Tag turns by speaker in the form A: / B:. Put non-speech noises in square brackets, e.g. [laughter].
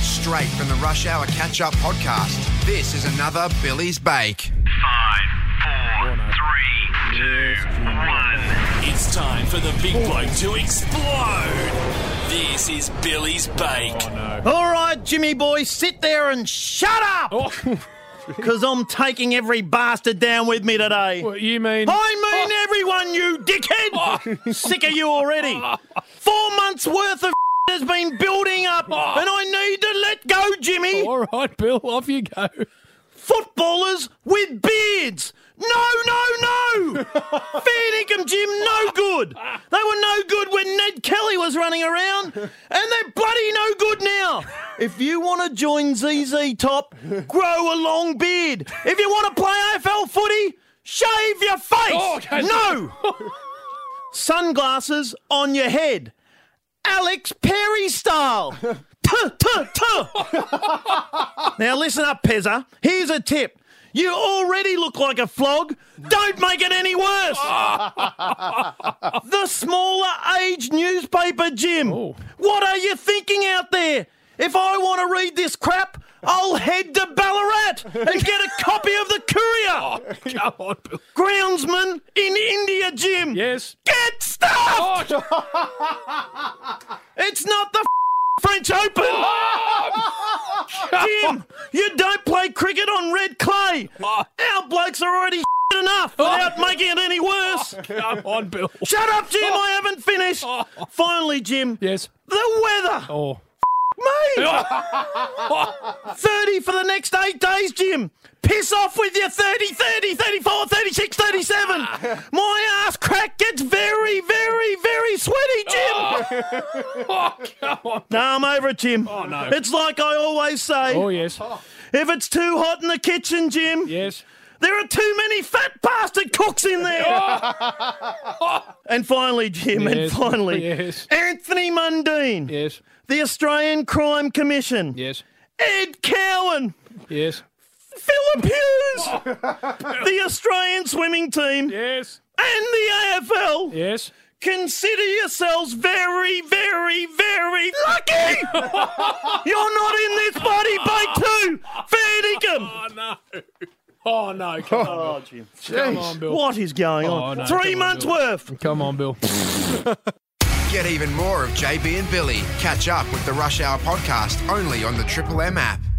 A: straight from the Rush Hour Catch Up podcast. This is another Billy's Bake.
B: Five, four, three, two, one.
C: It's time for the big bloke to explode. This is Billy's Bake.
D: All right, Jimmy boy, sit there and shut up!
E: Oh.
D: [laughs] Because I'm taking every bastard down with me today.
E: What you mean? Oh.
D: I mean everyone, you dickhead! Sick of you
E: [laughs]
D: already. Four months worth of [laughs] has been building up, and
E: Oh.
D: I need to let go, Jimmy.
E: All right, Bill, off you go.
D: Footballers with beards. No, no,
E: [laughs]
D: no! Fair income, Jim, no good. They were no good when Ned Kelly was running around, and they're bloody no good now. If you want to join ZZ Top, grow a long beard. If you want to play AFL footy, shave your face.
E: Oh, okay.
D: No! Sunglasses on your head. Alex Perry
E: [laughs]
D: style. Tuh, tuh, tuh. now listen up, Pezza. Here's a tip. You already look like a flog. Don't make it any
E: [laughs]
D: worse. the smaller age newspaper, Jim. What are you thinking out there? If I want to read this crap, I'll head to Ballarat and get a copy of the Courier.
E: [laughs] Come on, Bill.
D: Groundsman in India, Jim.
E: Yes.
D: Get stuffed! It's not the French Open! Jim, you don't play cricket on red clay! Our blokes are already enough without making it any worse!
E: Oh. Come on, Bill. Oh.
D: Shut up, Jim, I haven't finished! Finally, Jim,
E: Yes.
D: the weather!
E: Oh.
D: Mate! [laughs] 30 for the next eight days, Jim. Piss off with your 30, 30, 34, 36,
E: [laughs]
D: 37. My ass crack gets very, very, very sweaty, Jim.
E: Oh. [laughs]
D: no, I'm over it, Jim. Oh,
E: no.
D: It's like I always say
E: Oh, yes.
D: if it's too hot in the kitchen, Jim,
E: Yes.
D: there are too many fat bastard cooks in there.
E: [laughs]
D: and finally, Jim, and
E: Yes.
D: finally,
E: Yes.
D: Anthony Mundine,
E: Yes.
D: the Australian Crime Commission.
E: Yes.
D: Ed Cowan,
E: Yes.
D: Philip
E: [laughs]
D: Hughes, the Australian swimming team,
E: Yes.
D: and the AFL.
E: Yes.
D: Consider yourselves very, very, very
E: [laughs]
D: lucky. You're not in this body by two. Fair dinkum.
E: [laughs] Oh, no. Oh, no. Come on,
D: Oh, Jim.
E: come on Bill.
D: What is going on?
E: Oh, no,
D: Three
E: come on,
D: months
E: Bill.
D: worth.
E: Come on, Bill.
A: Get even more of JB and Billy. Catch up with the Rush Hour podcast only on the Triple M app.